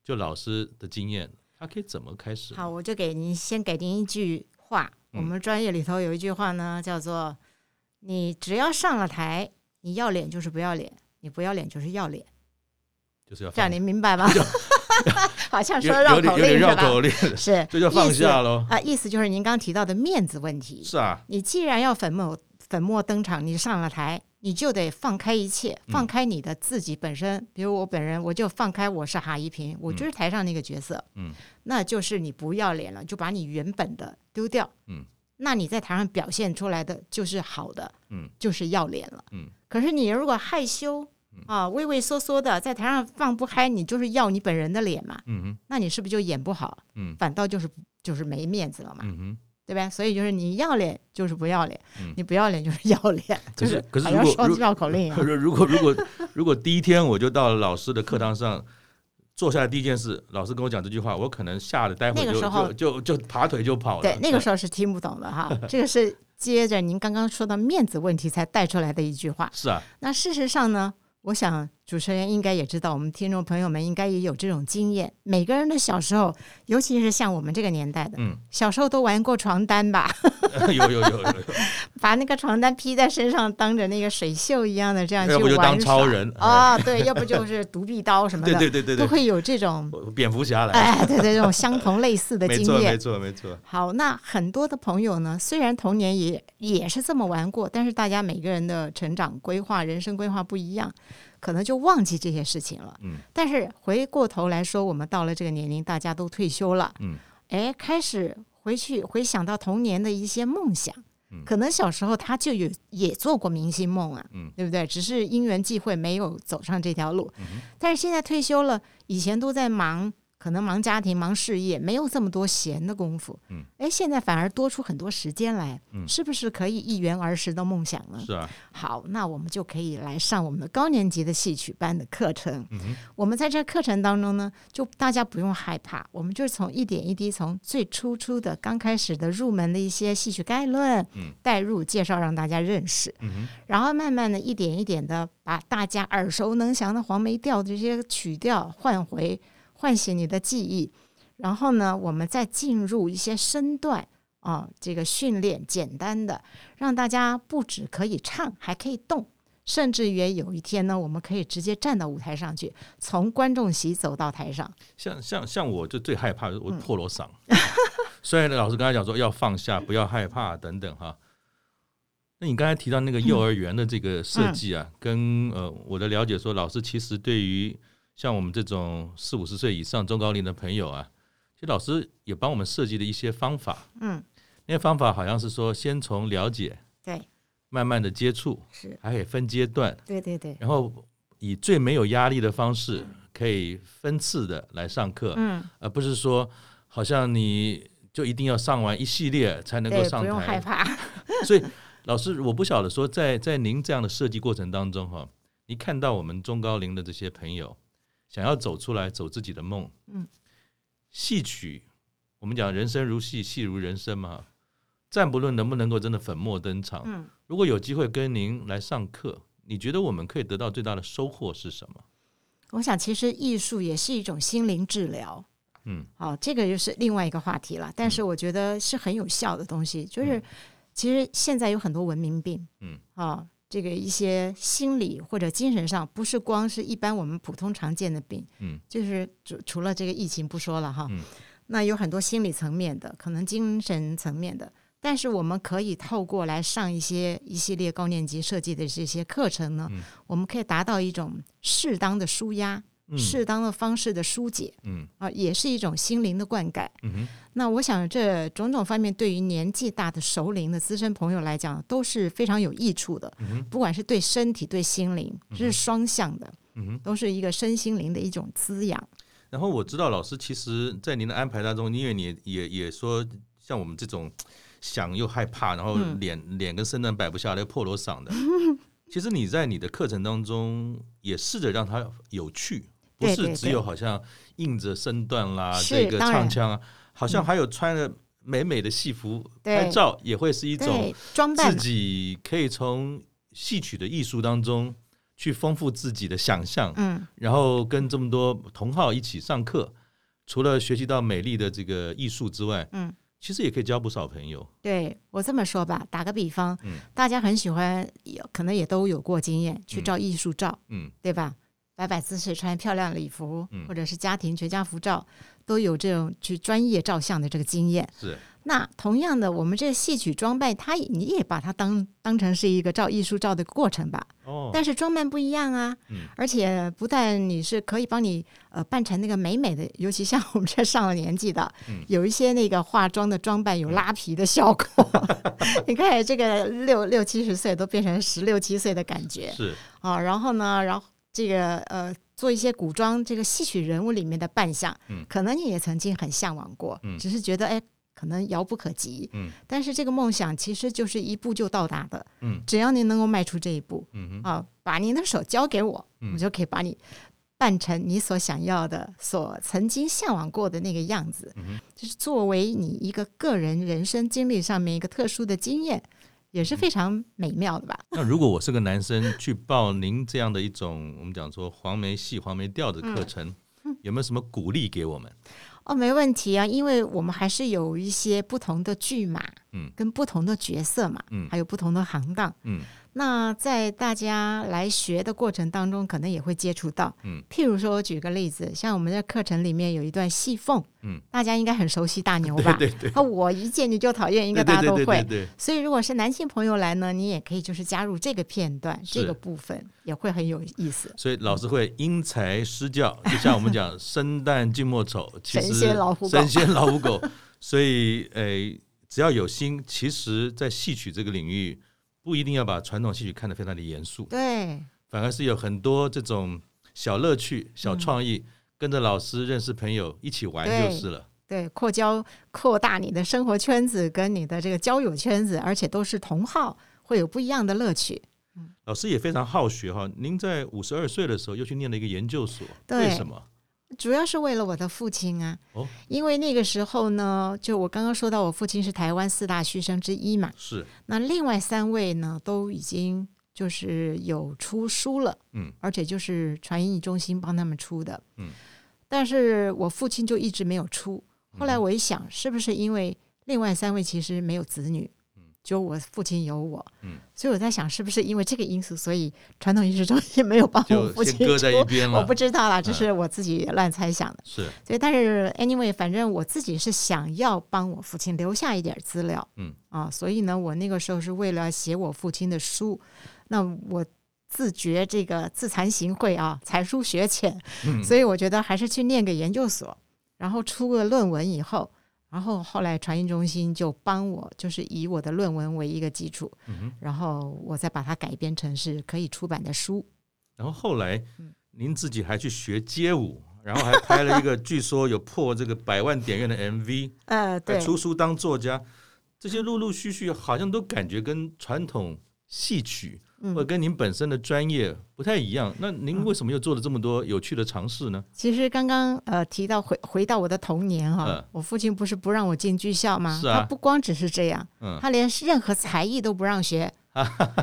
就老师的经验，他可以怎么开始呢？好，我就给您先给您一句话，我嗯们专业里头有一句话呢，叫做“你只要上了台，你要脸就是不要脸，你不要脸就是要脸就是要”，这样放您明白吗？ [laughs] 好像说嗯有有绕点口有点令是绕吧？口令，是，这就放下喽啊、。意思就是您刚提到的面子问题。是啊，你既然要粉墨粉墨登场，你上了台，你就得放开一切，嗯放开你的自己本身。比如我本人，我就放开我是哈一平，我就是台上那个角色，嗯，那就是你不要脸了，就把你原本的丢掉，嗯，那你在台上表现出来的就是好的，嗯，就是要脸了，嗯。可是你如果害羞啊，畏畏缩缩的，在台上放不开，你就是要你本人的脸嘛，嗯哼，那你是不是就演不好？嗯反倒就是就是没面子了嘛。嗯哼。对吧？所以就是你要脸就是不要脸，嗯你不要脸就是要 [laughs] 脸，可就是可是好如像果说如绕口令啊 [laughs] 一样。如果如果如果第一天我就到老师的课堂上。坐下来第一件事，老师跟我讲这句话，我可能吓得待会那个就时候就就就爬腿就跑了。对，那 [laughs] 个时候是听不懂的哈。这个是接着您刚刚说到面子问题才带出来的一句话。是啊，那事实上呢，我想主持人应该也知道，我们听众朋友们应该也有这种经验。每个人的小时候，尤其是像我们这个年代的，嗯，小时候都玩过床单吧， [laughs] 有有有有有，把那个床单披在身上，当着那个水袖一样的这样去要玩不耍。就当超人哎啊、对，要不就是独臂刀什么对的，对对对都对，会有这种蝙蝠侠来，哎，对对，这种相同类似的没经错没验。错没错，好，那很多的朋友呢，虽然童年也也是这么玩过，但是大家每个人的成长规划、人生规划不一样，可能就忘记这些事情了。嗯但是回过头来说，我们到了这个年龄，大家都退休了，嗯，哎，开始回去回想到童年的一些梦想嗯。可能小时候他就有也做过明星梦啊，嗯对不对？只是因缘际会没有走上这条路，嗯哼但是现在退休了，以前都在忙，可能忙家庭、忙事业，没有这么多闲的功夫。嗯，哎，现在反而多出很多时间来，嗯是不是可以一圆儿时的梦想呢？是啊，好，那我们就可以来上我们的高年级的戏曲班的课程。嗯哼我们在这课程当中呢，就大家不用害怕，我们就是从一点一滴，从最初初的刚开始的入门的一些戏曲概论、嗯带入、介绍，让大家认识。嗯哼然后慢慢的一点一点的把大家耳熟能详的黄梅调这些曲调换回，唤醒你的记忆。然后呢，我们再进入一些身段啊、这个训练简单的，让大家不只可以唱，还可以动。甚至于有一天呢，我们可以直接站到舞台上去，从观众席走到台上。像像像我就最害怕就是我嗯破锣嗓， [laughs] 虽然老师刚才讲说要放下，不要害怕等等哈。那你刚才提到那个幼儿园的这个嗯设计啊，跟呃我的了解说，老师其实对于像我们这种四五十岁以上中高龄的朋友啊，其实老师也帮我们设计了一些方法。嗯，那些方法好像是说，先从了解，对，慢慢的接触，是，还可以分阶段，对对对，然后以最没有压力的方式，可以分次的来上课。嗯，而不是说好像你就一定要上完一系列才能够对，上不用害台。怕。 [laughs] 所以老师，我不晓得说在在您这样的设计过程当中哈，你看到我们中高龄的这些朋友想要走出来，走自己的梦，嗯，戏曲，我们讲人生如戏，戏如人生嘛，暂不论能不能够真的粉墨登场，嗯，如果有机会跟您来上课，你觉得我们可以得到最大的收获是什么？我想其实艺术也是一种心灵治疗。嗯，好，这个又是另外一个话题了。但是我觉得是很有效的东西，就是其实现在有很多文明病，嗯，啊，这个一些心理或者精神上，不是光是一般我们普通常见的病，嗯，就是除除了这个疫情不说了哈，嗯那有很多心理层面的，可能精神层面的。但是我们可以透过来上一些一系列高年级设计的这些课程呢，嗯我们可以达到一种适当的舒压、嗯，适当的方式的疏解嗯，啊、也是一种心灵的灌溉。嗯哼，那我想，这种种方面对于年纪大的熟龄的资深朋友来讲，都是非常有益处的。嗯哼，不管是对身体、对心灵，是双向的，嗯哼。都是一个身心灵的一种滋养。然后我知道老师其实，在您的安排当中，因为你也也也说，像我们这种想又害怕，然后嗯脸、脸跟身段摆不下来，破锣嗓 [laughs] 的。其实你在你的课程当中也试着让它有趣，不对是对只有好像硬着身段啦，是这个当然嗯唱腔啊，好像还有穿着美美的戏服、对拍照，也会是一种对，装扮自己可以从戏曲的艺术当中去丰富自己的想象。嗯，然后跟这么多同好一起上课，除了学习到美丽的这个艺术之外，嗯，其实也可以交不少朋友。对我这么说吧，打个比方，嗯大家很喜欢，有可能也都有过经验，去照艺术照，嗯对 [laughs] 吧？摆摆姿势，穿漂亮礼服，嗯或者是家庭全家福照，都有这种去专业照相的这个经验。是，那同样的，我们这戏曲装扮，它也你也把它当当成是一个照艺术照的过程吧。哦，但是装扮不一样啊，嗯而且不但你是可以帮你呃扮成那个美美的， [laughs] 尤其像我们这上了年纪的，嗯有一些那个化妆的装扮有拉皮的效果。 [laughs] 你看这个六六七十岁都变成十六七岁的感觉是，啊，然后呢，然后这个呃做一些古装这个戏曲人物里面的扮相，嗯可能你也曾经很向往过，嗯只是觉得哎可能遥不可及，嗯但是这个梦想其实就是一步就到达的，嗯只要你能够迈出这一步。嗯哼，啊，把您的手交给我，嗯我就可以把你扮成你所想要的、所曾经向往过的那个样子。嗯哼就是作为你一个个人人生经历上面一个特殊的经验，也嗯是非常美妙的吧？那如果我是个男生，去报您这样的一种我们讲说黄梅戏、黄梅调的课程，嗯有没有什么鼓励给我们？哦，没问题啊，因为我们还是有一些不同的剧码，嗯跟不同的角色嘛，嗯还有不同的行当。嗯那在大家来学的过程当中，可能也会接触到，嗯，譬如说，我举个例子，像我们在课程里面有一段戏凤，嗯，大家应该很熟悉大牛吧？对对啊，我一见你就讨厌，应该对大对家都对对会。对，所以，如果是男性朋友来呢，你也可以就是加入这个片段、是这个部分，也会很有意思。所以老师会因材施教，就像我们讲“生旦净末丑”，其实神仙老虎狗神仙老虎狗。所以，诶、只要有心，其实，在戏曲这个领域，不一定要把传统戏曲看得非常的严肃，对，反而是有很多这种小乐趣、小创意，嗯跟着老师认识朋友，一起玩对就是了。对，扩交扩大你的生活圈子跟你的这个交友圈子，而且都是同好，会有不一样的乐趣。老师也非常好学哈，您在五十二岁的时候又去念了一个研究所，对为什么？主要是为了我的父亲啊，哦因为那个时候呢，就我刚刚说到，我父亲是台湾四大须生之一嘛，是那另外三位呢都已经就是有出书了，嗯，而且就是传译中心帮他们出的，嗯，但是我父亲就一直没有出。嗯后来我一想，是不是因为另外三位其实没有子女，嗯，只有我父亲有我，嗯，所以我在想，是不是因为这个因素，所以传统艺术中心没有帮我就父亲先搁在一出边嗯我了不。知道啦，这是我自己乱猜想的。是对，但是 anyway，反正我自己是想要帮我父亲留下一点儿资料，嗯啊，所以呢，我那个时候是为了写我父亲的书，那我自觉这个自惭形秽啊，才疏学浅，嗯所以我觉得还是去念个研究所，然后出个论文以后，然后后来传音中心就帮我，就是以我的论文为一个基础，嗯哼然后我再把它改编成是可以出版的书。然后后来嗯您自己还去学街舞，然后还拍了一个 [laughs] 据说有破这个百万点阅的 [laughs] MV，呃，还对，出书当作家，这些陆陆续续好像都感觉跟传统戏曲嗯或者跟您本身的专业不太一样。那您为什么又做了这么多有趣的尝试呢？其实刚刚呃提到回回到我的童年哈、嗯我父亲不是不让我进剧校吗？是啊他不光只是这样，嗯，他连任何才艺都不 [laughs] 让学，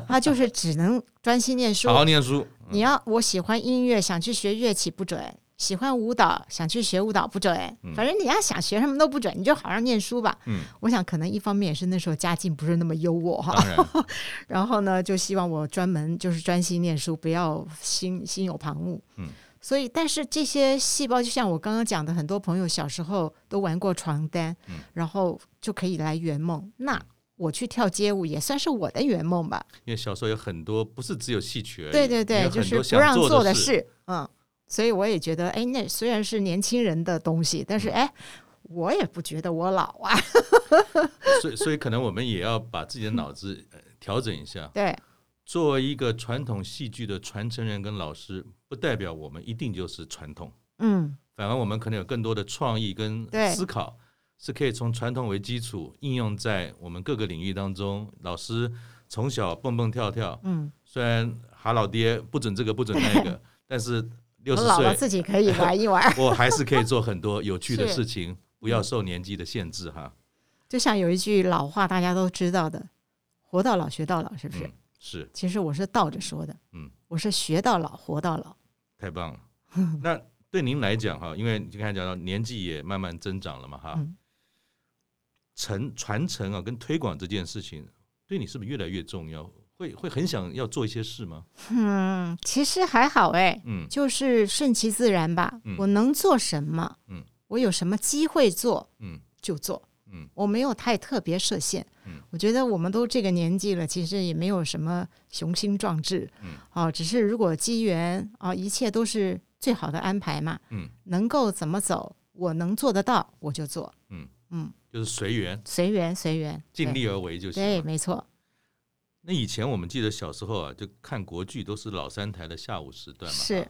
他就是只能专心念书好。好念书，你要我喜欢音乐，想去学乐器不准；喜欢舞蹈，想去学舞蹈不准。反正你要想学什么都不准，你就好好念书吧。嗯，我想可能一方面也是那时候家境不是那么优渥哈，当然， [laughs] 然后呢，就希望我专门就是专心念书，不要心心有旁骛。嗯，所以但是这些细胞，就像我刚刚讲的，很多朋友小时候都玩过床单，嗯然后就可以来圆梦。那我去跳街舞也算是我的圆梦吧？因为小时候有很多不是只有戏曲而已，对对你对，有就很是多不让想做的事。事，嗯。所以我也觉得，哎，那虽然是年轻人的东西，嗯但是哎，我也不觉得我老啊。所以，所以可能我们也要把自己的脑子呃调整一下。嗯对，作为一个传统戏剧的传承人跟老师，不代表我们一定就是传统，嗯，反而我们可能有更多的创意跟对思考，是可以从传统为基础应用在我们各个领域当中。老师从小蹦蹦跳跳，嗯，虽然喊老爹不准这个不准那 [laughs] 个，但是六我十老了岁自己可以玩一玩。 [laughs] 我还是可以做很多有趣的是嗯事情，不要受年纪的限制哈。就像有一句老话，大家都知道的，“活到老学到老”，是不是？嗯，是其实我是倒着说的，嗯，我是学到老，活到老。太棒 [laughs] 了。那对您来讲哈，因为你刚才讲到年纪也慢慢增长了嘛哈，嗯承传承啊跟推广这件事情，对你是不是越来越重要？会会很想要做一些事吗？嗯，其实还好哎，嗯就是顺其自然吧。嗯我能做什么？嗯，我有什么机会做嗯就做。嗯，我没有太特别设限。嗯，我觉得我们都这个年纪了，其实也没有什么雄心壮志。嗯，啊，只是如果机缘啊，一切都是最好的安排嘛。嗯，能够怎么走，我能做得到，我就做。就是随缘，随缘随缘，尽力而为就对行对，了。没错，那以前我们记得小时候啊，就看国剧都是老三台的下午时段嘛。是，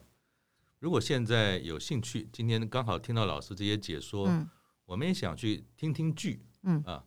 如果现在有兴趣，今天刚好听到老师这些解说，嗯我们也想去听听剧，嗯啊，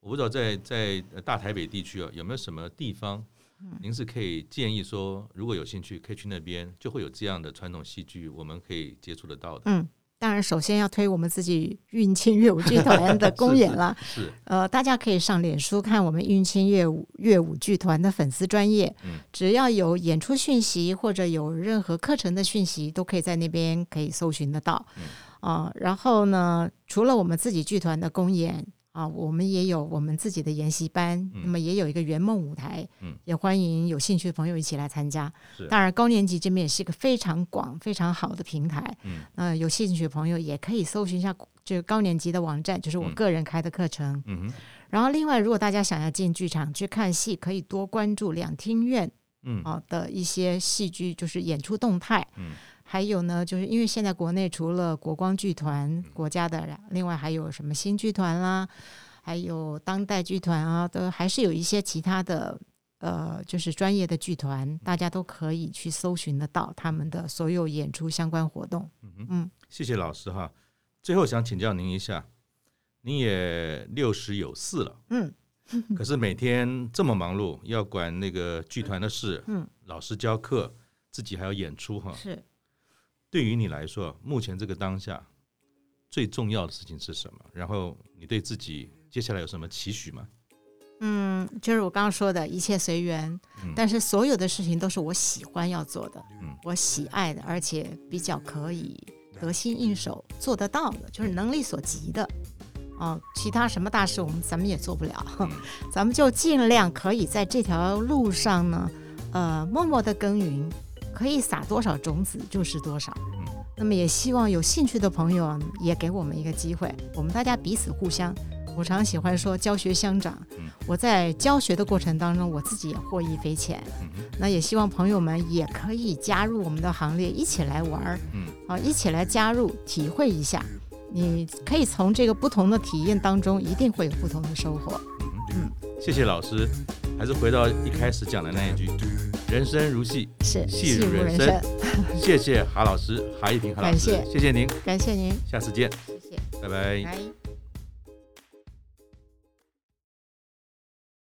我不知道在在呃大台北地区啊有没有什么地方，嗯您是可以建议说，如果有兴趣可以去那边，就会有这样的传统戏剧，我们可以接触得到的。。嗯，当然，首先要推我们自己运清乐舞剧团的公演了是呃，大家可以上脸书看我们运清乐舞乐舞剧团的粉丝专业，嗯只要有演出讯息或者有任何课程的讯息，都可以在那边可以搜寻得到。嗯啊、然后呢，除了我们自己剧团的公演啊，我们也有我们自己的研习班，那么也有一个圆梦舞台，嗯也欢迎有兴趣的朋友一起来参加。是当然，高年级这边也是一个非常广、非常好的平台。嗯，呃，有兴趣的朋友也可以搜寻一下这个高年级的网站，就是我嗯个人开的课程。嗯哼然后，另外，如果大家想要进剧场去看戏，可以多关注两厅院嗯啊、的一些戏剧，就是演出动态。嗯，还有呢，就是因为现在国内除了国光剧团国家的，另外还有什么新剧团啦，还有当代剧团啊，都还是有一些其他的。呃，就是专业的剧团，大家都可以去搜寻得到他们的所有演出相关活动。谢谢老师哈。最后想请教您一下，您也六十有四了，嗯， [laughs] 可是每天这么忙碌，要管那个剧团的事，嗯，老师教课，自己还要演出哈。是对于你来说，目前这个当下最重要的事情是什么？然后你对自己接下来有什么期许吗？嗯，就是我刚刚说的一切随缘，嗯但是所有的事情都是我喜欢要做的，嗯我喜爱的，而且比较可以得心应手做得到嗯的，就是能力所及的。哦，其他什么大事我们咱们也做不了，嗯 [laughs] 咱们就尽量可以在这条路上呢，呃，默默的耕耘，可以撒多少种子就是多少。嗯那么也希望有兴趣的朋友啊也给我们一个机会，我们大家彼此互相。我常喜欢说教学相长嗯，我在教学的过程当中，我自己也获益匪浅。嗯哼那也希望朋友们也可以加入我们的行列，一起来玩儿，嗯，啊，一起来加入，体会一下。你可以从这个不同的体验当中，一定会有不同的收获。嗯谢谢老师，还是回到一开始讲的那一句：人生如戏。嗯是，戏如如人人生， [laughs] 谢谢韩老师，韩一平韩老师，感谢谢谢您，感谢您，下次见，谢谢，拜拜拜。